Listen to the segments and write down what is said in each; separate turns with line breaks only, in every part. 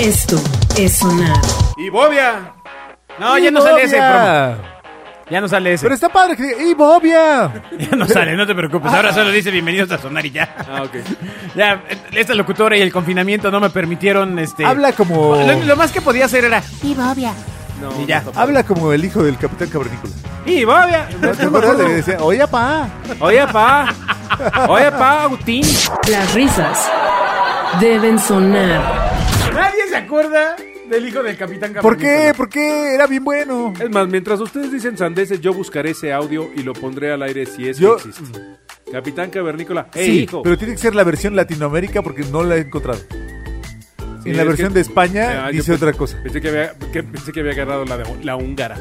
Esto es sonar.
¡Y Bobia! No, ya no sale ese promo. Ya no sale ese.
Pero está padre que diga, ¡y Bobia!
Ya no sale, no te preocupes. Ahora solo dice bienvenidos a sonar y ya.
Ah, ok.
Ya, esta locutora y el confinamiento no me permitieron este.
Habla como.
Lo, lo más que podía hacer era.
No,
Y ya.
no está
Habla como el hijo del Capitán Cavernícola.
¡Y Bobia!
¿No te acuerdas? Le decía, oye, pa.
Oye, pa. Oye, pa, Agustín.
Las risas deben sonar.
Nadie se acuerda del hijo del Capitán Cavernícola.
¿Por qué? ¿Por qué? Era bien bueno.
Es más, mientras ustedes dicen sandeces, yo buscaré ese audio y lo pondré al aire si es
Yo-
que existe. Capitán Cavernícola. ¡Ey,
Sí,
hijo!
Pero tiene que ser la versión Latinoamérica porque no la he encontrado.
Sí,
en la
es
versión
que-
de España
Ah, yo
dice
pensé-
otra cosa.
Pensé que había, que- pensé que había agarrado la, de- la húngara.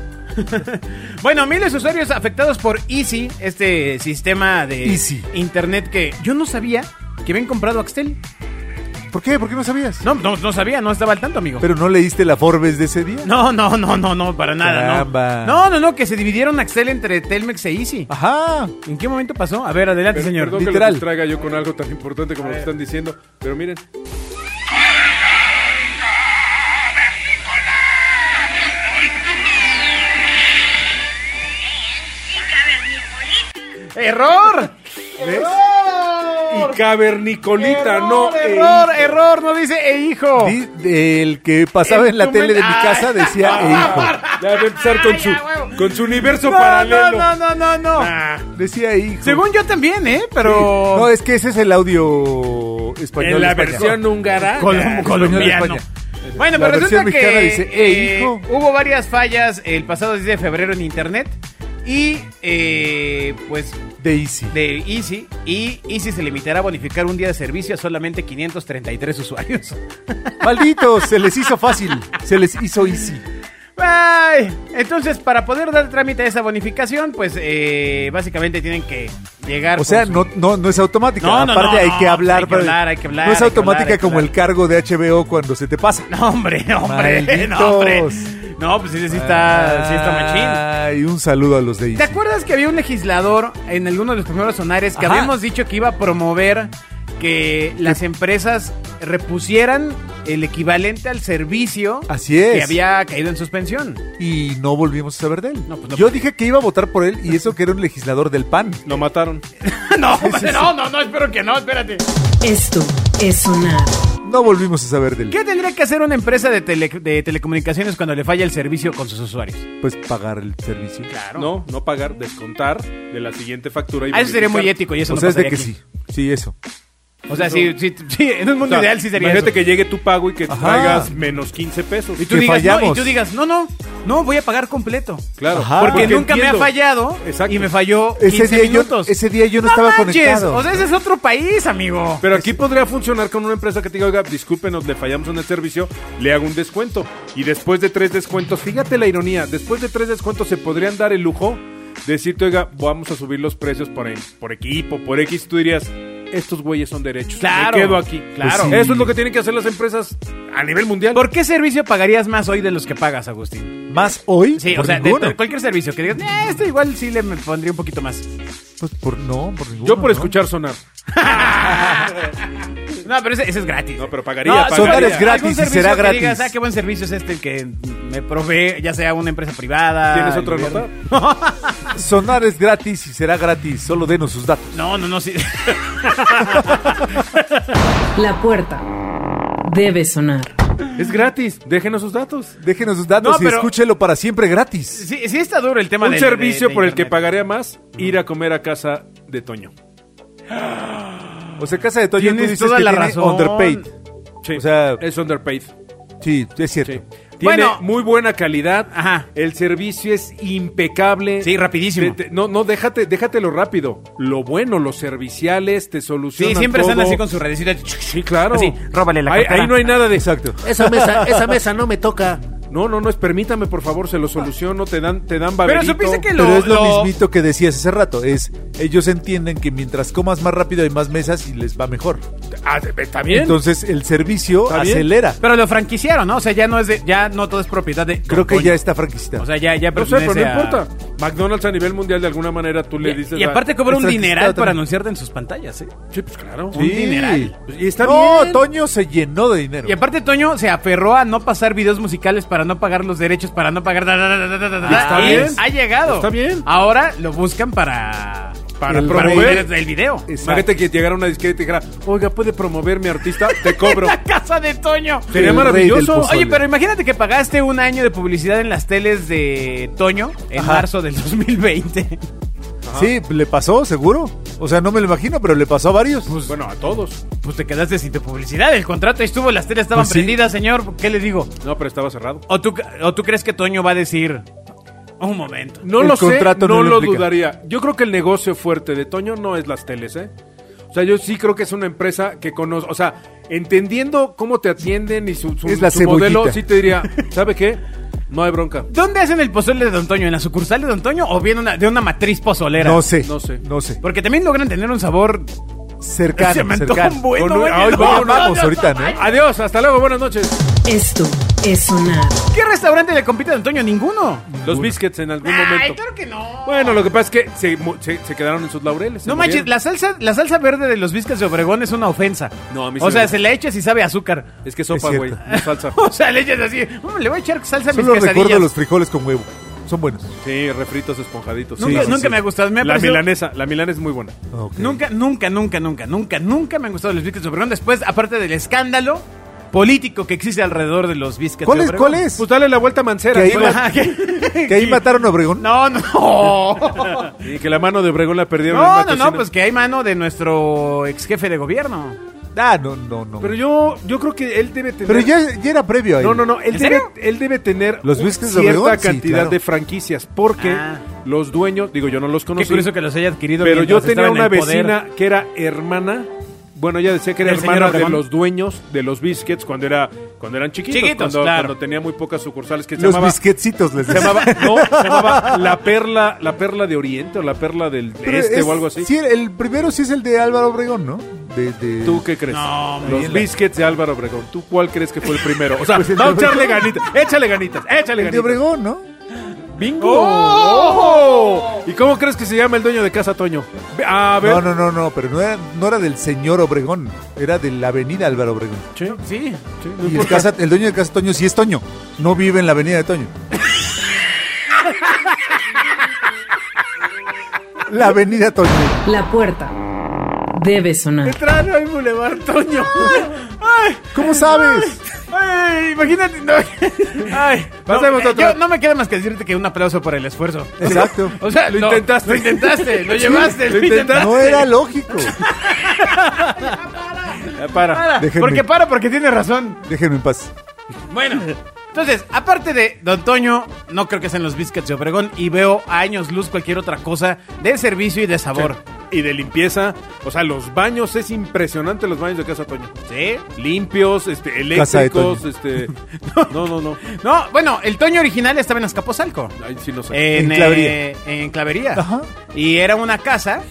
Bueno, miles de usuarios afectados por Easy, este sistema de
Easy.
internet que yo no sabía que habían comprado Axtel.
¿Por qué? ¿Por qué no sabías?
No, no, no sabía, no estaba al tanto, amigo.
Pero no leíste la Forbes de ese día.
No, no, no, no, no, para nada,
Caramba.
no. No, no, no, que se dividieron Axtel entre Telmex e Easy.
Ajá.
¿En qué momento pasó? A ver, adelante,
Pero-
señor.
Perdón que
literal.
los distraiga yo con algo tan importante como lo que están diciendo. Pero miren,
¡Error!
¿Ves?
y Cavernicolita no.
eh,
eh,
error,
ey,
error, error, no dice e hijo.
Di- del que pasaba
En
en la
tu
tele de mi
mente-
casa
Ah,
decía,
Ay.
"Eh, hijo.
Ya va a empezar con su, con su universo
No, no,
paralelo.
no, no, no, no.
Decía hijo.
Según yo también, ¿eh? Pero.
Sí. No, es que ese es el audio español.
En
de
la
España.
versión húngara.
Colom-
ya,
colombiano.
España.
Bueno,
La
pero resulta
versión mexicana
que
dice, "Eh,
eh,
hijo".
hubo varias fallas el pasado 10 de febrero en internet y eh, pues
de Easy.
de Easy y Easy se limitará a bonificar un día de servicio a solamente 533 usuarios.
Malditos, se les hizo fácil. Se les hizo Easy.
Ay, entonces para poder dar trámite a esa bonificación, pues eh, básicamente tienen que llegar.
O
con
sea,
su-
no, no, no es automática.
No, no,
Aparte
no,
hay
no,
que hablar.
hay que
para-
hablar, hay que hablar,
No es
hay que
automática
hablar, hay que
como el
hablar.
cargo de HBO cuando se te pasa.
No, hombre, no, hombre, no, hombre. No, pues ese sí está, sí está
Ah.
machín.
Ay, un saludo a los de Easy.
¿Te acuerdas que había un legislador en alguno de los primeros sonares que
Ajá.
habíamos dicho que iba a promover que las empresas repusieran el equivalente al servicio
Así es.
que había caído en suspensión?
Y no volvimos a saber de él.
No, pues no.
Yo dije que iba a votar por él y eso que era un legislador del PAN.
Lo mataron.
no, no, no, no, espero que no, espérate.
Esto es sonar.
No volvimos a saber de él.
¿Qué tendría que hacer una empresa de, tele- de telecomunicaciones cuando le falla el servicio con sus usuarios?
Pues pagar el servicio.
Claro.
No, no pagar, descontar de la siguiente factura. Y
Ah, eso sería muy
bonificar.
ético y eso
o
no
sea, Pues es de
pasaría
que
aquí.
sí. Sí, eso.
O sea, sí, sí, sí, en un
O
mundo
sea,
ideal sí sería
Imagínate
eso.
que llegue tu pago y que
Ajá.
traigas menos 15 pesos.
y tú
que
digas, no, y
fallamos.
tú digas, no, no, no, voy a pagar completo.
Claro.
Ajá.
Porque, nunca
entiendo.
me ha fallado
Exacto.
y me falló
Ese
15
día, yo,
minutos.
ese día yo no, estaba
manches,
conectado.
O sea, ese es otro país, amigo.
Pero aquí podría funcionar con una empresa que te diga, oiga, discúlpenos, le fallamos en el servicio, le hago un descuento. Y después de tres descuentos, fíjate la ironía, después de tres descuentos se podrían dar el lujo de decirte, oiga, vamos a subir los precios por, por equipo, por X, tú dirías, estos güeyes son derechos.
Claro.
Me quedo aquí.
Claro.
Pues sí.
Eso es lo que tienen que hacer las empresas a nivel mundial.
¿Por qué servicio pagarías más hoy de los que pagas, Agustín?
Más hoy.
Sí,
por
o sea, de,
ninguno.
de cualquier servicio que digas, "Eh, esto igual sí le me pondría un poquito más.
Pues por no, por ninguno.
Yo por
¿no?
escuchar sonar.
No, pero ese, ese es gratis.
No, pero pagaría, pagaría.
sonar es gratis
Algún
y
servicio
será
que
gratis.
digas, ah, qué buen servicio es este el que me provee, ya sea una empresa privada.
¿Tienes
el
otra
gobierno".
nota?
Sonar es gratis y será gratis. Solo denos sus datos.
No, no, no, sí.
La puerta debe sonar.
Es gratis, déjenos sus datos.
Déjenos sus datos
No,
y
pero-
escúchelo para siempre gratis.
Sí, sí está duro el tema
Un
del- de-
servicio
de
por el que
internet.
pagaría más, ir a comer a casa de Toño.
O sea, Casa de Toño tú
Tienes
dices
toda
que
la
tiene
razón.
underpaid.
Sí,
O sea-
es underpaid.
Sí, es cierto.
Sí. Tiene
Bueno.
muy buena calidad.
Ajá.
El servicio es impecable.
Sí, rapidísimo.
Te- te- no, no, déjate, déjatelo rápido. Lo bueno, los serviciales te solucionan.
Sí, siempre están
todo.
así con su redecita.
Sí, claro.
Así, róbale la
ahí,
cartera.
ahí no hay nada de.
Exacto.
Esa mesa, esa mesa no me toca.
No, no, no, es permítame, por favor, se lo soluciono, te dan, te dan
Pero
baberito.
supiste que
Pero
Lo-
es lo,
lo-
mismito que decías hace rato. Es ellos entienden que mientras comas más rápido hay más mesas y les va mejor.
Ah, está bien.
Entonces el servicio
Está bien.
acelera.
Pero lo franquiciaron, ¿no? O sea, ya no es de, ya no todo es propiedad de.
Creo que
Toño.
ya está franquicita.
O sea, ya, ya
no sé, pero
pertenece
no
a-
importa. McDonald's a nivel mundial de alguna manera tú le dices...
y, y aparte cobra un
Está
dineral
registrado
para
también.
anunciarte en sus pantallas, ¿eh?
ah, sí, pues claro.
Un dineral.
Pues, Y está
no,
bien.
Toño se llenó de dinero.
Y aparte Toño se aferró a no pasar videos musicales para no pagar los derechos, para no pagar... da, da, da, da, da, da, da,
Y está
y
bien.
Ha llegado.
Está bien.
Ahora lo buscan para...
Para
el-
promover.
el, el video.
Imagínate que llegara una disquera y te dijera, oiga, ¿puede promover mi artista? Te cobro.
La casa de Toño.
Sería
El rey del
maravilloso.
pozole.
Oye, pero imagínate que pagaste un año de publicidad en las teles de Toño en
Ajá.
marzo del 2020.
Sí, le pasó, seguro. O sea, no me lo imagino, pero le pasó a varios.
Oye, bueno, a todos.
Pues te quedaste sin tu publicidad. El contrato ahí estuvo, las teles estaban
Pues sí.
prendidas, señor. ¿Qué le digo?
No, pero estaba cerrado.
¿O tú, ¿O tú crees que Toño va a decir un momento?
No
El
lo sé,
contrato
no,
no lo
lo
implica.
dudaría. Yo creo que el negocio fuerte de Toño no es las teles, ¿eh? O sea, yo sí creo que es una empresa que conoce, o sea, entendiendo cómo te atienden y su, su-
Es la
su modelo,
cebollita.
sí te diría, ¿sabe qué? No hay bronca.
¿Dónde hacen el pozole de Don Toño? ¿En la sucursal de Don Toño o bien una, de una matriz pozolera?
No sé.
No sé.
No sé.
Porque también logran tener un sabor.
Cercano.
Se me antoja
cercano.
un buen,
Con un-
no, oye,
Ay,
no,
vamos,
no,
vamos
no,
ahorita,
no,
¿no?
vaya.
Adiós, hasta luego, buenas noches.
Esto es sonar.
¿Qué restaurante le compite a Don Toño? Ninguno.
Los biscuits en algún
Ay,
momento.
claro que no.
Bueno, lo que pasa es que se, mu- se- se quedaron en sus laureles. se
No manches,
murieron.
la salsa, la salsa verde de los biscuits de Obregón es una ofensa.
No, a mí sí
O
me
sea,
gusta.
se la echas y sabe a azúcar.
Es que sopa,
Es
güey,
cierto.
no salsa.
O sea, le echas así. "Mm, le voy a echar salsa a mis
Solo recuerdo
quesadillas".
los frijoles con huevo. Son buenos.
Sí, refritos esponjaditos.
Nunca- nunca me ha gustado, me ha
la
parecido-
milanesa, la milanesa es muy buena.
Ah, Ok.
Nunca, nunca, nunca, nunca, nunca, nunca me han gustado los biscuits de Obregón. Después, aparte del escándalo político que existe alrededor de los biscuits
¿Cuál
de
es?
Obregón.
¿Cuál es?
Pues dale la vuelta a Mancera.
Que ahí
¿no?
va-
Ajá, ¿qué?
Que ahí mataron a Obregón.
No, no.
Y que la mano de Obregón la perdieron. en
No, no,
Matosinhos.
no, pues que hay mano de nuestro ex jefe de gobierno.
Ah, no, no, no.
Pero yo, yo creo que él debe tener...
Pero ya, ya era previo ahí.
No, no, no. Él,
¿En
debe,
serio?
él debe tener
Los
un-
whiskas de
cierta
Obregón, sí,
cantidad
claro.
de franquicias. Porque
Ah.
los dueños, digo, yo no los
Qué
conocí.
curioso que los haya adquirido.
pero yo
mientras
tenía
estaba en
una
el poder.
vecina que era hermana. Bueno, ella decía que era
¿Del señor
hermana de
Obregón?
los dueños de los biscuits cuando era cuando eran chiquitos,
Chiquitos,
cuando,
claro.
cuando tenía muy pocas sucursales que se
Los
llamaba
bisquetcitos les
se
decía.
llamaba, no, se llamaba la perla, la perla de Oriente o la perla del
Pero
Este
es-
o algo así.
Sí, el primero sí es el de Álvaro Obregón, ¿no? De, de-
¿Tú qué crees?
No, hombre.
Los biscuits de Álvaro Obregón. ¿Tú cuál crees que fue el primero? O sea,
Pues el de
vamos a echarle
Obregón.
ganitas. Échale ganitas, échale
el de
ganitas.
Obregón, ¿no?
¡Bingo!
Oh,
¡Oh! ¿Y cómo crees que se llama el dueño de casa, Toño? Ve- A ver.
No, no, no, no, pero no era, no era del señor Obregón, era de la avenida Álvaro Obregón.
Sí,
Sí.
sí, no
Y el,
importa.
casa, el dueño de casa Toño sí es Toño, no vive en la avenida de Toño. La avenida Toño.
La puerta debe sonar.
Entraron al Boulevard Toño. Ay,
¿Cómo sabes?
ay, imagínate. No. Ay,
Pasemos
no,
a otra.
yo- no me queda más que decirte que un aplauso por el esfuerzo.
Exacto.
O sea,
Lo
lo
intentaste.
Lo intentaste, lo llevaste,
lo
lo intentaste.
No era lógico.
Ya para.
Para,
Déjenme.
porque para, porque tiene razón.
Déjenme en paz.
Bueno, entonces, aparte de Don Toño, no creo que sean los biscuits de Obregón y veo a años luz cualquier otra cosa de servicio y de sabor.
Y de limpieza. O sea, los baños, es impresionante los baños de casa, Toño.
¿Sí?
Limpios, este,
Casa de Toño.
eléctricos, este. No, no, no.
No, bueno, el Toño original estaba en Azcapotzalco.
Ay, sí, no sé.
En,
En Clavería.
eh, en Clavería.
Ajá.
Y era una casa.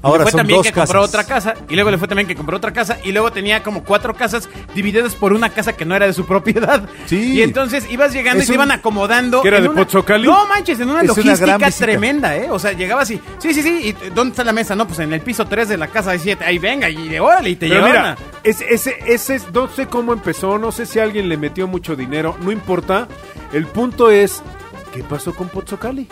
Ahora
le fue
son
también
dos
que compró
casas.
otra casa. Y luego le fue también que compró otra casa. Y luego tenía como cuatro casas divididas por una casa que no era de su propiedad.
Sí.
Y entonces ibas llegando y
Es
se
un-
iban acomodando.
¿Que era
en
de
una-
Pozzucali?
No manches, en una
Es una gran
logística
visita.
tremenda, ¿eh? O sea, llegabas y. Sí, sí, sí. ¿Y dónde está la mesa? No, pues en el piso 3 de la casa de 7. Ahí venga, y de órale, y te
Pero
llevaban
mira,
a-
es- ese, ese, es- no sé cómo empezó, no sé si alguien le metió mucho dinero, no importa. El punto es, ¿qué pasó con Pozzucali?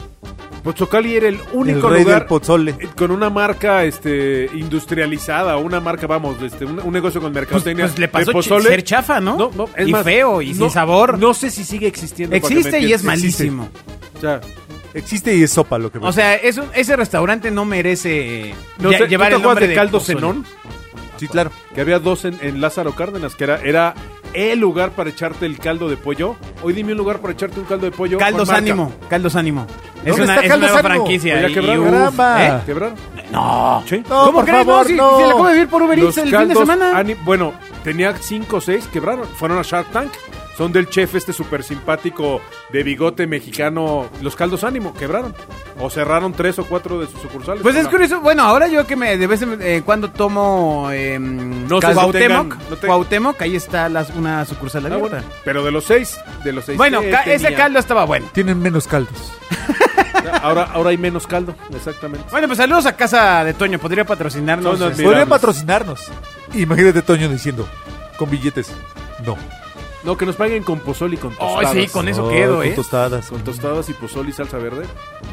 Pozzucali era el
El
único
rey del
lugar
pozole.
E,
eh, con una marca este, industrializada, una marca, vamos, este, un, un negocio con
Pues,
mercadotecnia.
pues le
de
pasó ch-
pozole.
ser chafa, ¿no?
No, no, es
y
más,
feo y
no-
sin sabor.
No sé si sigue existiendo. para que me
existe y es
entiendas. Existe.
malísimo.
O sea,
Existe y es sopa lo que
O sea, es un- ese restaurante no merece
no
lle-
sé, ¿tú
llevar
te
el
acuerdas
nombre
de caldo
pozole.
cenón?
sí, claro.
que había dos en, en Lázaro Cárdenas, que era, era el lugar para echarte el caldo de pollo. Hoy dime un lugar para echarte un caldo de pollo.
Caldos
con marca.
Ánimo, Caldos Ánimo. Es
¿Dónde
una,
está
es
Caldos
nueva
Ánimo?
franquicia.
Oye,
y-
quebraron.
y-
Caramba.
¿eh?
¿Quebraron?
No.
Sí.
No,
¿Cómo
por
crees?
favor,
no, si,
no.
si la acabo de vivir por Uber
Los
Eats el fin de
caldos
semana.
ani- bueno, tenía cinco o seis, quebraron. Fueron a Shark Tank. Son del chef este súper simpático de bigote mexicano. Los caldos ánimo, quebraron. O cerraron tres o cuatro de sus sucursales.
Pues es
Ah,
curioso. Bueno, ahora yo que me de vez en eh, cuando tomo eh, no
sé si
Cuauhtémoc,
tengan- no te-
Cuauhtémoc, ahí está las- una sucursal
ah,
abierta.
bueno. Pero de los seis, de los seis.
bueno,
que
ca- ese
tenía.
caldo estaba bueno.
Tienen menos caldos.
Ahora, ahora hay menos caldo, exactamente.
Bueno, pues saludos a casa de Toño. Podría patrocinarnos.
Son
este,
admirables.
Podría patrocinarnos. Imagínate Toño diciendo, con billetes. No.
No, que nos paguen con pozol y con
Ay,
tostadas.
sí, con eso
No,
quedo,
con
¿eh?
tostadas.
Con tostadas y pozol y salsa verde.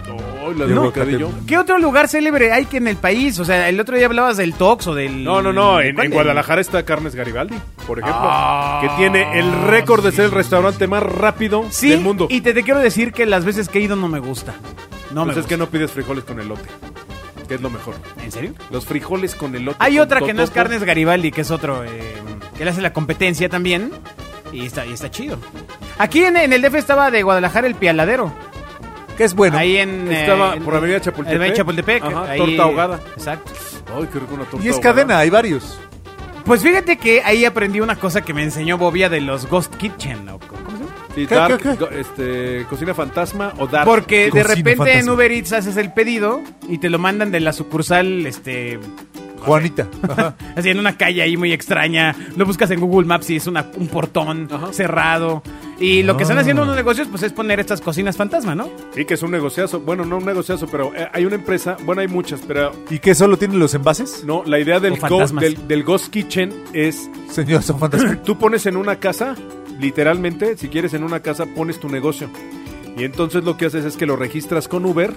Ay, la
Y
de
aguacate.
bocadillo.
¿Qué otro lugar célebre hay que en el país? O sea, el otro día hablabas del Tox o del...
No, no, no. En,
¿cuál
en
de-
Guadalajara está Carnes Garibaldi, por ejemplo.
Ah,
que tiene el récord de ser el restaurante más rápido
Sí,
del mundo.
y te, te quiero decir que las veces que he ido no me gusta. No me
Pues es que
gusta.
no pides frijoles con elote. Que es lo mejor.
¿En serio?
Los frijoles con elote.
Hay
con
otra que no es
totopo.
Carnes Garibaldi, que es otro, eh, que le hace la competencia también. Y está, y está chido. Aquí en, en el DF estaba de Guadalajara el Pialadero.
Que es bueno.
ahí en... eh,
estaba
en-
por Avenida Chapultepec.
Avenida Chapultepec.
Ajá,
ahí-
torta ahogada.
Exacto.
Ay, qué rico una torta
y es
ahogada.
cadena, hay varios.
Pues fíjate que ahí aprendí una cosa que me enseñó Bobia de los Ghost Kitchen. ¿no? ¿Cómo se llama?
Sí,
¿Qué,
Dark,
qué, qué?
go- Este, cocina fantasma o Dark.
Porque de
Cocina
repente en
fantasma.
Uber Eats haces el pedido y te lo mandan de la sucursal, este...
Juanita. Ajá.
Así en una calle ahí muy extraña. Lo buscas en Google Maps y es una, un portón
Ajá.
cerrado. Y lo que están
Ah.
haciendo unos negocios, pues es poner estas cocinas fantasma, ¿no?
Sí, que es un negociazo. Bueno, no un negociazo, pero eh, hay una empresa. Bueno, hay muchas, pero
¿Y qué solo tienen los envases?
no. La idea del,
O
go-
fantasmas.
del, del Ghost Kitchen es
Señor, son fantásticos.
tú pones en una casa, literalmente, si quieres en una casa, pones tu negocio. Y entonces lo que haces es que lo registras con Uber.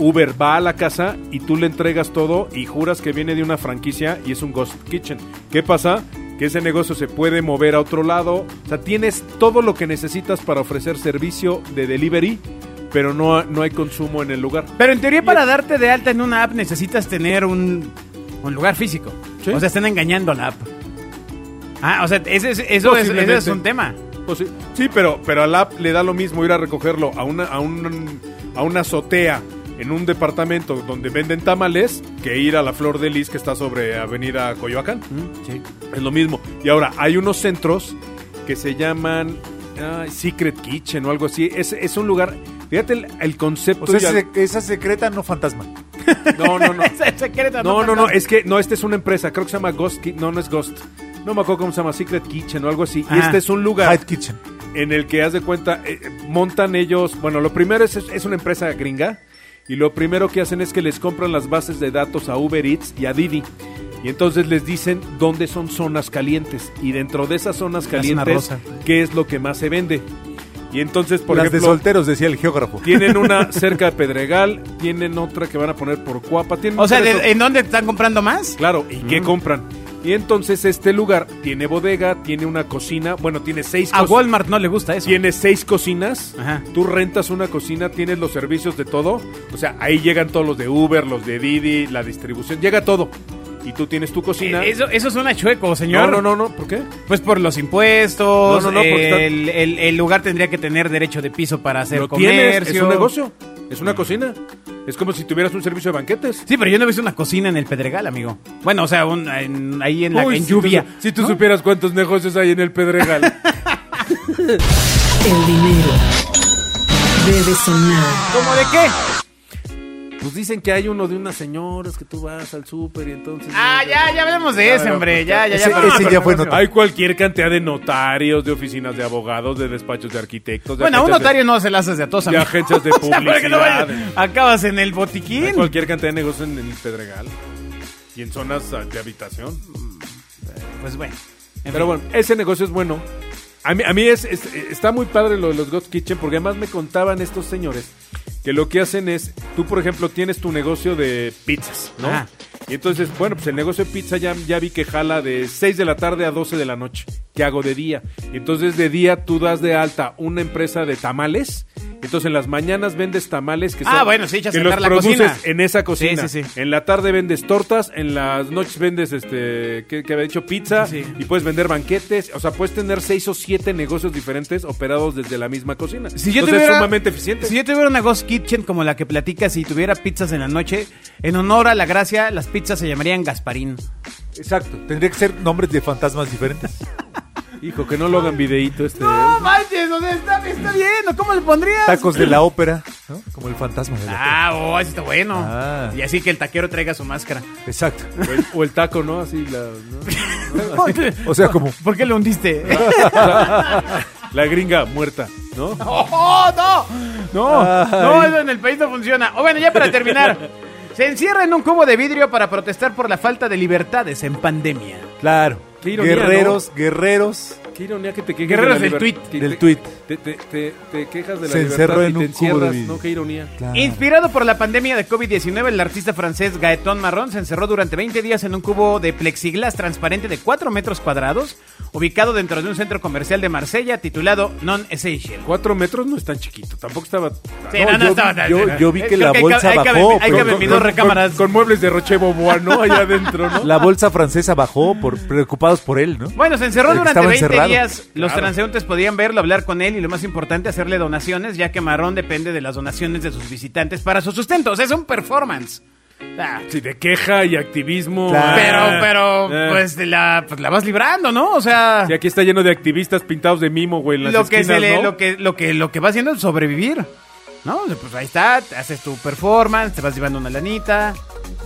Uber va a la casa y tú le entregas todo y juras que viene de una franquicia y es un ghost kitchen. ¿Qué pasa? Que ese negocio se puede mover a otro lado. O sea, tienes todo lo que necesitas para ofrecer servicio de delivery, pero no, no hay consumo en el lugar.
Pero en teoría
Y
para
es-
darte de alta en una app necesitas tener un, un lugar físico.
Sí.
O sea, están engañando a la app. Ah, o sea, ese, es- eso, es,
Posiblemente.
ese es un tema.
Pues sí, sí, pero, pero al app le da lo mismo ir a recogerlo a una, a, un, a una azotea en un departamento donde venden tamales que ir a la Flor de Lis que está sobre Avenida Coyoacán. Es lo mismo. Y ahora, hay unos centros que se llaman ah, Secret Kitchen o algo así. Es, es un lugar... Fíjate el, el concepto...
O sea,
y al-
ese- esa secreta no fantasma.
No, no, no.
Ese secreto
No, no,
tan-
no, es que no, esta es una empresa, creo que se llama Ghost Kitchen, no, no es Ghost, no me acuerdo cómo se llama, Secret Kitchen o algo así, y
Ah.
este es un lugar...
Hide Kitchen.
en el que haz de cuenta, eh, eh, montan ellos, bueno, lo primero es, es una empresa gringa y lo primero que hacen es que les compran las bases de datos a Uber Eats y a Didi. Y entonces les dicen dónde son zonas calientes y dentro de esas zonas
zona
calientes,
rosa.
qué es lo que más se vende. Y entonces, por
Las de
ejemplo,
solteros, decía el geógrafo.
tienen una cerca de Pedregal, tienen otra que van a poner por Cuapa, tienen
O sea,
tres
¿de- eh, Mm. ¿en dónde están comprando más?
Claro, ¿y qué compran? Y entonces este lugar tiene bodega, tiene una cocina, bueno, tiene seis
A
cos-
Walmart no le gusta eso.
tiene seis cocinas.
Ajá.
Tú rentas una cocina, tienes los servicios de todo. O sea, ahí llegan todos los de Uber, los de Didi, la distribución, llega todo. Y tú tienes tu cocina.
Eh, Eso, eso suena chueco,
no,
señor.
no, no, no, ¿por qué?
Pues por los impuestos.
No, no, no, porque está-
el, el- el lugar tendría que tener derecho de piso para hacer
Lo
comercio.
tienes, es un negocio, es una cocina. Es como si tuvieras un servicio de banquetes.
Sí, pero yo no he visto una cocina en el Pedregal, amigo. Bueno, o sea, un- en- ahí en la
Uy,
en
si
lluvia.
tú- si tú
¿no?
supieras cuántos negocios hay en el Pedregal.
El dinero debe sonar.
¿Cómo de qué?
pues dicen que hay uno de unas señoras que tú vas al súper y entonces...
Ah, ya, ya hablemos de ese, hombre.
pues,
Ya, ya, ya.
Ese-
pero-
ese ya fue nota.
Hay cualquier cantidad de notarios, de oficinas de abogados, de despachos de arquitectos. de
Bueno, a un
agencias de-
notario no se la haces de a todos,
de
amigo.
agencias de
O sea, para que no vayas-
publicidad.
Acabas en el
Hay
botiquín.
cualquier cantidad de negocios en el Pedregal y en zonas ah, de habitación.
Pues bueno. en
Pero
fin.
bueno, ese negocio es bueno. A mí, a mí es, es- está muy padre lo de los Ghost Kitchen porque además me contaban estos señores que lo que hacen es, tú por ejemplo tienes tu negocio de pizzas, ¿no?
Ajá.
Y entonces, bueno, pues el negocio de pizza ya, ya vi que jala de 6 de la tarde a 12 de la noche. ¿Qué hago de día? Y entonces de día tú das de alta una empresa de tamales. Entonces en las mañanas vendes tamales que
Ah,
son-
bueno, sí, echas
que
a
los
andar la
produces
cocina.
en esa cocina.
Sí, sí, sí.
En la tarde vendes tortas, en las noches vendes este que, que había dicho pizza
Sí.
y puedes vender banquetes, o sea, puedes tener seis o siete negocios diferentes operados desde la misma cocina.
Si yo
Entonces,
tuviera,
pues, es sumamente eficiente.
Si yo tuviera una Ghost Kitchen como la que platicas y tuviera pizzas en la noche, en honor a la gracia, las pizzas se llamarían Gasparín.
Exacto.
Tendría que ser nombres de fantasmas diferentes.
Hijo, que no lo hagan videíto este.
manches! O sea, está, está bien. ¿o ¿Cómo le pondrías?
Tacos de la ópera, ¿no? Como el fantasma de la
Ah, oh, eso está bueno.
Ah.
Y así que el taquero traiga su máscara.
ópera. Exacto.
O el, o el taco, ¿no? Así la, ¿no?
O sea, como
¿Por qué lo hundiste?
la gringa muerta, ¿no?
¡Oh, no! ¡No! No, no, eso en el país no funciona. O bueno, ya para terminar. Se encierra en un cubo de vidrio para protestar por la falta de libertades en pandemia.
Claro.
Qué ironía,
guerreros, guerreros.
Qué ironía que te quejas
Guerreros
de
del
la
tuit,
que
del
te-
tuit.
Te, te- te- te quejas de la
Se
libertad
encerró
y
en
te
un cubo de
encierras,
vidrio.
¿no? Qué ironía.
Claro.
Inspirado por la pandemia de COVID-19, el artista francés Gaeton Marrón se encerró durante 20 días en un cubo de plexiglas transparente de 4 metros cuadrados, ubicado dentro de un centro comercial de Marsella titulado Non Essential.
Cuatro metros no es tan chiquito, tampoco estaba...
Sí,
No,
no, no
yo-
estaba tan-
yo- yo vi que
Creo
la
hay
bolsa
ca- hay que
bajó,
haber- Hay que
pero-
haber mis dos recámaras.
Con, con muebles de Roche Bobois, ¿no? Allá adentro, ¿no?
La bolsa francesa bajó por preocupados por él, ¿no?
Bueno, se encerró
El que
durante
estaba
20
encerrado.
días. Los
Claro.
transeúntes podían verlo, hablar con él y lo más importante, hacerle donaciones, ya que Marrón depende de las donaciones de sus visitantes para su sustento. O sea, es un performance. Ah,
Sí, de queja y activismo.
Claro.
pero, pero,
Ah.
pues de la, pues, la vas librando, ¿no? O sea,
Y aquí está lleno de activistas pintados de mimo, güey, en las
lo que, se
esquinas,
le,
¿no?
lo, que, lo, que, lo que va haciendo es sobrevivir. ¿No? O sea, Pues ahí está, te haces tu performance, te vas llevando una lanita.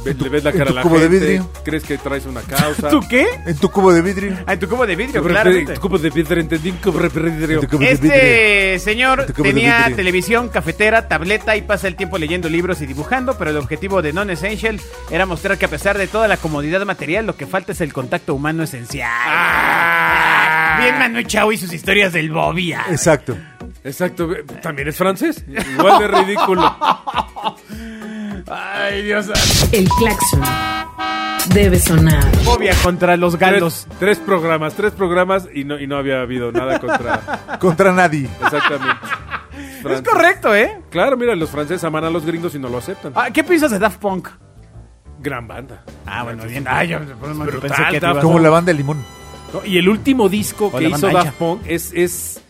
Ve- le ves la
en
cara a
tu
la
cubo de
gente,
vidrio.
crees que traes una causa.
¿Tú qué?
En tu cubo de vidrio.
Ah, en tu cubo de vidrio,
Ah. Cubo de-
claro.
cubo de vidrio, entendí, cubo de vidrio.
En tu cubo de vidrio.
Este señor
Te como
tenía
Dimitri.
televisión, cafetera, tableta y pasa el tiempo leyendo libros y dibujando, pero el objetivo de Non Essential era mostrar que a pesar de toda la comodidad material, lo que falta es el contacto humano esencial.
Ah.
Bien Manu Chao y sus historias del Bobby. ah.
Exacto.
Exacto, ve- también es francés. Igual de ridículo.
Ay, Dios.
El claxon debe sonar.
Bobia contra los
Tres,
galos.
tres programas, tres programas y no, y no había habido nada contra.
Contra nadie.
Exactamente.
Es
Francia.
correcto, ¿eh?
Claro, mira, los franceses aman a los gringos y no lo aceptan.
Ah, ¿Qué piensas de Daft Punk?
Gran banda.
Ah, bueno, bien. Ay, yo por un momento
Brutal,
pensé que te
Daft
ibas a-
Como la banda de limón.
No, Y el último disco
O
que
la
hizo
banda
Daft
ancha.
Punk es, es,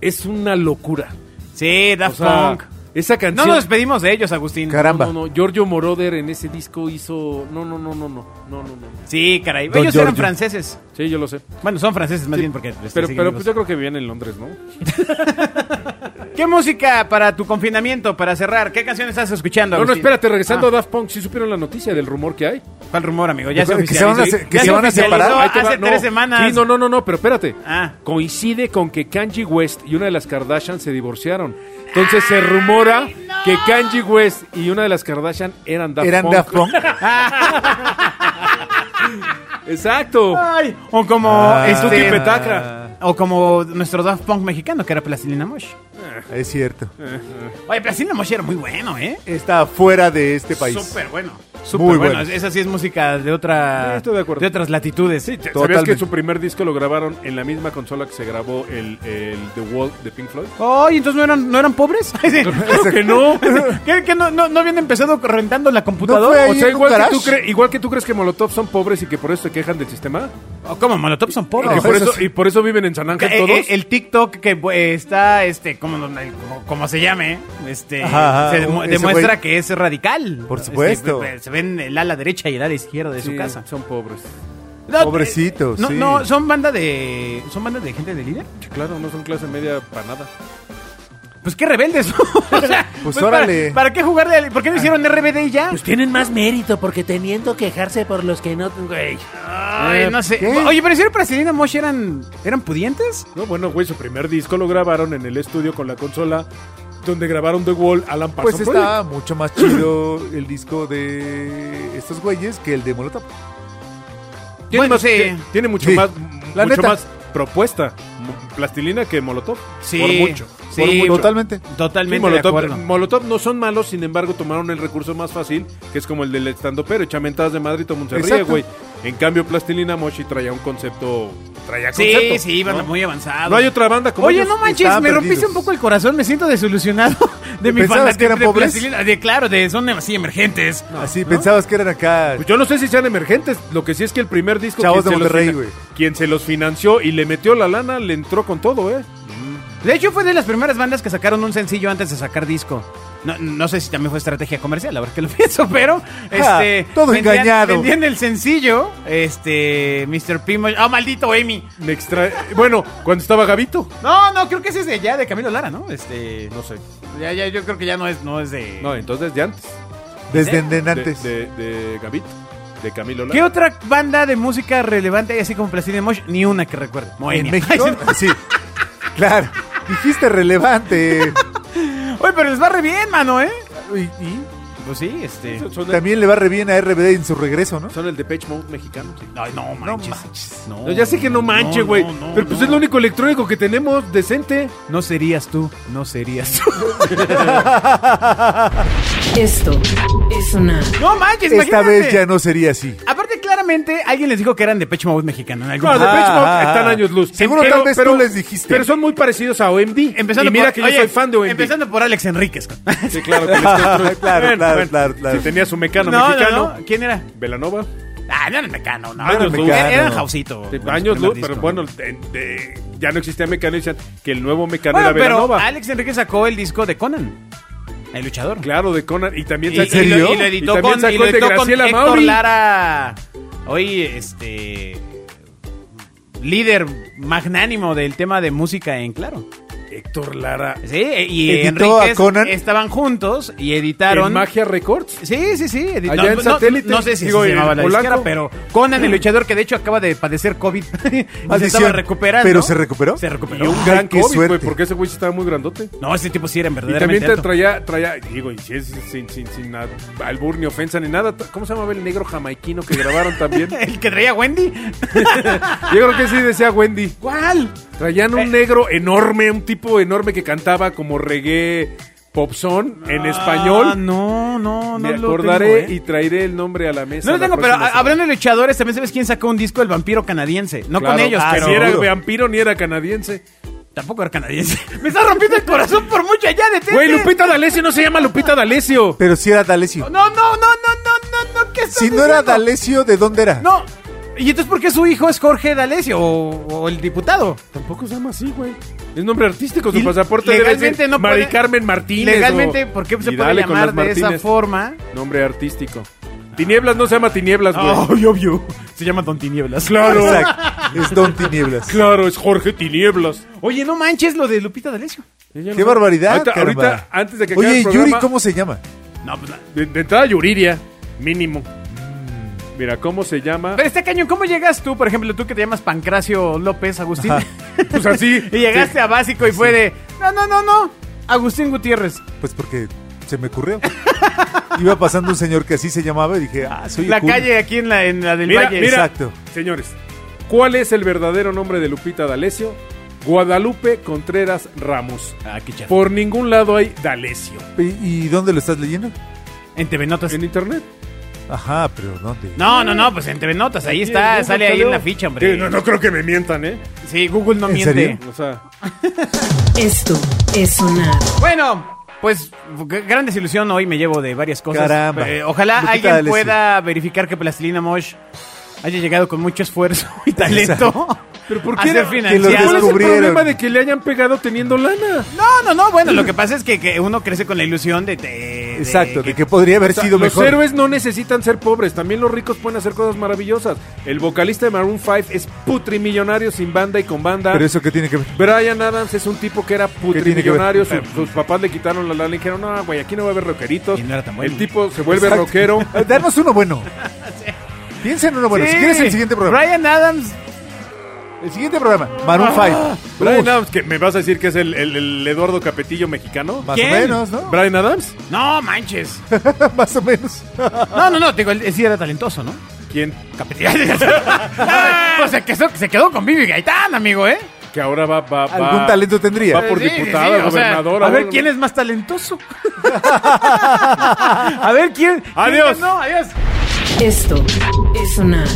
es una locura.
Sí,
O
Daft
sea,
Punk.
esa
No
canción.
nos despedimos de ellos, Agustín.
Caramba.
No, no, no, Giorgio Moroder en ese disco hizo. No, no, no, no, no. No, no, no.
Sí, caray.
Don
ellos eran
Giorgio.
franceses.
Sí, yo lo sé.
Bueno, son franceses más bien porque... este,
Pero,
siguen
pero
vivos.
pues yo creo que vivían en Londres, ¿no?
¿Qué música para tu confinamiento, para cerrar? ¿Qué canción estás escuchando?
No, no,
Agustín?
espérate, regresando
Ah,
a Daft Punk, ¿sí supieron la noticia del rumor que hay?
¿Cuál rumor, amigo? Ya se
Que se van a
oficializó.
se- que
Ya
se van a
oficializó
separar.
Ahí te
Hace
va, no.
tres semanas.
Sí, no, no, no, no, pero espérate.
Ah.
Coincide con que Kanye West y una de las Kardashian se divorciaron. Entonces se rumora que Kanye West y una de las Kardashian eran Daft
Eran
Punk.
Daft Punk.
Exacto.
Ay, o como...
Ah.
este,
Tuki Petaca.
O como nuestro Daft Punk mexicano, que era Plastilina Mosh.
Es cierto.
Oye, Plastilina Mosh era muy bueno, ¿eh?
Está fuera de este país.
Súper bueno. Súper
Muy
bueno.
bueno.
Esa sí es música de otra...
Sí, estoy de acuerdo.
otras latitudes.
Sí, te- ¿sabías
Totalmente.
que su primer disco lo grabaron en la misma consola que se grabó el, el The Wall de Pink Floyd?
Ay, entonces no eran, no eran pobres.
Claro que no.
¿Qué, qué no, no, no habían empezado rentando la
No
computadora?
fue
O
ahí.
sea,
en un
igual que, tú
garage.
cre- igual que tú crees que Molotov son pobres y que por eso se quejan del sistema.
O como Molotov son pobres.
y,
No,
por
Eh, eso
eso,
sí.
y por eso viven en San Ángel
Eh,
todos.
eh, el TikTok que eh, está, este, como, como, como se llame, este,
Ajá, ajá,
se demu-
ese
demuestra
güey.
que es radical.
Por
Este,
supuesto.
pues, se ven el ala derecha y el ala izquierda de su
Sí,
casa.
Son pobres.
No, eh,
Pobrecitos,
No,
sí.
no, son banda de, son banda de gente de líder.
Sí, Claro, no son clase media para nada.
Pues qué rebeldes. o sea,
Pues
para-
órale. Ah.
Para, qué jugar de, ¿por qué no hicieron RBD y ya?
Pues tienen más mérito porque teniendo quejarse por los que no... Güey.
Ay, no sé.
eh, ¿qué?
Oye, pero si era Plastilina Mosh eran, eran pudientes.
No, bueno, güey, su primer disco lo grabaron en el estudio con la consola donde grabaron The Wall, Alan Parsons
Pues está mucho más chido el disco de estos güeyes que el de Molotov.
Project. Tiene,
Bueno,
más-
sí.
tie- tiene mucho
Sí.
más
La
mucho
neta.
más propuesta mu- plastilina que Molotov.
Sí.
Por mucho.
Sí.
por mucho.
Totalmente.
Totalmente
Sí,
de
Molotov,
acuerdo.
Molotov no son malos, sin embargo, tomaron el recurso más fácil, que es como el del estando pero, echa mentadas de Madrid, todo mundo se ríe,
Exacto.
güey. En cambio, Plastilina Moshi traía un concepto. Traía
Sí,
concepto,
sí, iban
¿no?
muy avanzados.
No hay otra banda como
Oye,
ellos.
no manches, me
estaban
rompiste
perdidos.
un poco el corazón, me siento desilusionado de mi
¿Pensabas que eran
de
pobres?
Plastilina- de claro, de son así emergentes.
Así pensabas que eran acá.
Pues yo no sé si sean emergentes. Lo que sí es que el primer disco.
Chavos
quien
de
se los
Monterrey,
fina-
güey.
Quien se los financió y le metió la lana, le entró con todo, ¿eh?
De hecho, fue de las primeras bandas que sacaron un sencillo antes de sacar disco. No, no sé si también fue estrategia comercial, ahora que lo pienso, pero
Ja,
este
todo engañado.
Vendían el sencillo, este Mr. Pimo, ah maldito Amy.
Me extrae. Bueno, cuando estaba Gavito.
No, no, creo que ese es de ya de Camilo Lara, ¿no? Este, no sé. Ya ya yo creo que ya no es no es de
No, entonces de antes.
Desde
De,
antes.
de, de Gavito. De Camilo
¿Qué
Lara.
otra banda de música relevante hay así como Plastilina Mosh? Ni una que recuerde.
En
Moenia.
México.
Ay, sí.
sí. Claro. Dijiste relevante.
Oye, pero les va re bien, mano, ¿eh?
Y, y
Pues sí, este.
Son, el,
también le va re bien a RBD en su regreso, ¿no?
son el Depeche Mode mexicano. sí.
Ay, no manches. No,
No, ya sé que no manche,
no,
güey.
no, no,
pero pues
no.
es lo único electrónico que tenemos decente.
No serías tú, no serías tú.
Esto es sonar.
No manches,
Esta
imagínate.
vez ya no sería así.
Aparte, claramente, alguien les dijo que eran de Pecho Mode mexicano. En algún
Claro,
momento.
Depeche Mode
ah,
están
ah.
años luz.
Seguro tal vez tú les dijiste.
Pero son muy parecidos a OMD. y mira que yo
oye,
soy fan de OMD.
Empezando por Alex Enríquez. con-
Sí, claro, que les construí.
Claro, claro, claro, claro.
Si tenía su mecano
No, no,
mexicano.
no. ¿Quién era?
Velanova.
Ah, no era Mecano, no.
No era
Era-
Mecano.
Era Jausito.
de
bueno,
años
su
luz,
primer
pero
disco.
bueno, de- de- ya no existía mecano. y Decían que el nuevo mecano
Bueno,
era
pero
Velanova.
Alex Enríquez sacó el disco de Conan, el luchador.
Claro, de Conan. Y también
Y, y
sacó-
serio?
lo, y lo
y
editó
también
con,
sacó
y lo
el de
editó con
Graciela
Héctor
Mauri.
Lara. Hoy, este. Líder magnánimo del tema de música en Claro.
Héctor Lara.
Sí, e, y
Editó
Enríquez
a Conan.
estaban juntos y editaron.
En Magia Records.
Sí, sí, sí. edit-
Allá
no,
en
no-
Satélite.
No, sé si
Digo,
se
en
llamaba la
Polanco.
disquera, pero Conan, el luchador que de hecho acaba de padecer COVID. y se estaba
Maldición.
recuperando.
¿Pero se recuperó?
Se
Y
recuperó.
un
Ay,
gran
qué
COVID, güey,
suerte.
porque ese güey sí estaba muy grandote.
No, ese tipo sí era
Y también
verdaderamente
te
alto.
traía, traía, digo, y si es sin, sin, sin nada, albur ni ofensa ni nada. ¿Cómo se llamaba el negro jamaiquino que grabaron también? Yo
¿El que traía a Wendy?
creo que sí decía Wendy.
¿Cuál?
Traían un
Eh.
negro enorme, un tipo enorme que cantaba como reggae popson en
Ah,
español.
no, no, no
Me
lo
acordaré
tengo, ¿eh?
y traeré el nombre a la mesa.
No lo
la
tengo, pero
próxima
a-
semana.
hablando de luchadores, también este, sabes quién sacó un disco del vampiro canadiense. No
Claro.
con ellos,
Ah,
pero...
Si era
Seguro.
vampiro ni era canadiense.
Tampoco era canadiense. Me está rompiendo el corazón por mucho allá, detente.
Güey, Lupita D'Alessio no se llama Lupita D'Alessio.
Pero si era D'Alessio.
No, no, no, no, no, no, no, ¿qué estás
Si no era
diciendo?
D'Alessio, ¿de dónde era?
No. ¿Y entonces por qué su hijo es Jorge D'Alessio o, o el diputado?
Tampoco se llama así, güey. Es nombre artístico,
Y
su pasaporte debe
legalmente
decir
no
Mari
puede-
Carmen Martínez.
Legalmente,
o-
¿por qué se
y
puede
dale con las
llamar de esa
Martínez.
forma?
Nombre artístico. Tinieblas no se llama Tinieblas, güey.
Oh, obvio. Se llama Don Tinieblas.
Claro.
Exacto. Es Don Tinieblas.
Claro, es Jorge Tinieblas.
Oye, no manches lo de Lupita D'Alessio.
¡Qué barbaridad!
Ahorita,
caramba!
ahorita, antes de que acabe
Oye,
el
Yuri,
programa-
¿cómo se llama?
No, pues... no.
De, de entrada, Yuriria, mínimo. Mira, ¿cómo se llama?
Pero este cañón, ¿cómo llegas tú, por ejemplo, tú que te llamas Pancracio López, Agustín?
Ajá.
Pues así.
y llegaste a básico y fue de... No, no, no, no. Agustín Gutiérrez.
Pues porque se me ocurrió. Iba pasando un señor que así se llamaba y dije, ah, soy
la
cool.
calle aquí en la, en la del
Mira,
Valle.
mira,
Exacto.
Señores, ¿cuál es el verdadero nombre de Lupita D'Alessio? Guadalupe Contreras Ramos.
Ah, qué chafa.
Por ningún lado hay D'Alessio.
¿Y, y dónde lo estás leyendo?
En TV Notas.
En internet.
Ajá, pero ¿dónde?
No, no, no, pues en TV Notas. Ahí está,
Google
sale ahí
salió.
en la ficha, hombre.
Sí, no, no creo que me mientan, ¿eh?
Sí, Google no
¿En
miente.
serio?
O sea,
Esto es sonar.
Bueno, pues g- gran desilusión hoy me llevo de varias cosas.
Caramba.
Eh, ojalá
Lupita
alguien
D'Alessio.
pueda verificar que Plastilina Mosh haya llegado con mucho esfuerzo y talento.
¿Pero por
a
qué
ser
era- que los
financiada.
¿cuál es el
descubrieron?
problema de que le hayan pegado teniendo lana?
No, no, no, bueno, lo que pasa es que, que uno crece con la ilusión de... de- de-
Exacto,
que-
de que podría haber
O sea,
sido
los
mejor.
héroes no necesitan ser pobres, también los ricos pueden hacer cosas maravillosas. El vocalista de Maroon 5 es putrimillonario sin banda y con banda.
Pero eso que tiene que ver.
Brian Adams es un tipo que era
tiene que ver?
putrimillonario, su- sus papás le quitaron la lana y dijeron, no, güey, aquí no va a haber rockeritos.
Y no era tan bueno.
El tipo se vuelve
Exacto. Eh,
rockero.
Danos uno bueno. Piensa en uno bueno. Si
Sí.
quieres el siguiente programa.
Brian Adams.
El siguiente programa. Maroon
Ah.
5.
Brian
Uy,
Adams, que me vas a decir que es el, el- el Eduardo Capetillo mexicano.
Más
¿Quién?
o menos, ¿no?
Brian Adams,
No, manches.
más o menos.
No, no, no, te digo, él, él sí era talentoso, ¿no?
quien
Capitán. pues se quedó, se quedó con Vivi Gaitán, amigo, ¿eh?
que ahora va, va, va-
Algún talento tendría.
Va por diputada,
o sea,
gobernadora,
a ver
bueno.
quién es más talentoso. a ver quién. quién
Adiós.
ganó, adiós.
Esto es sonar.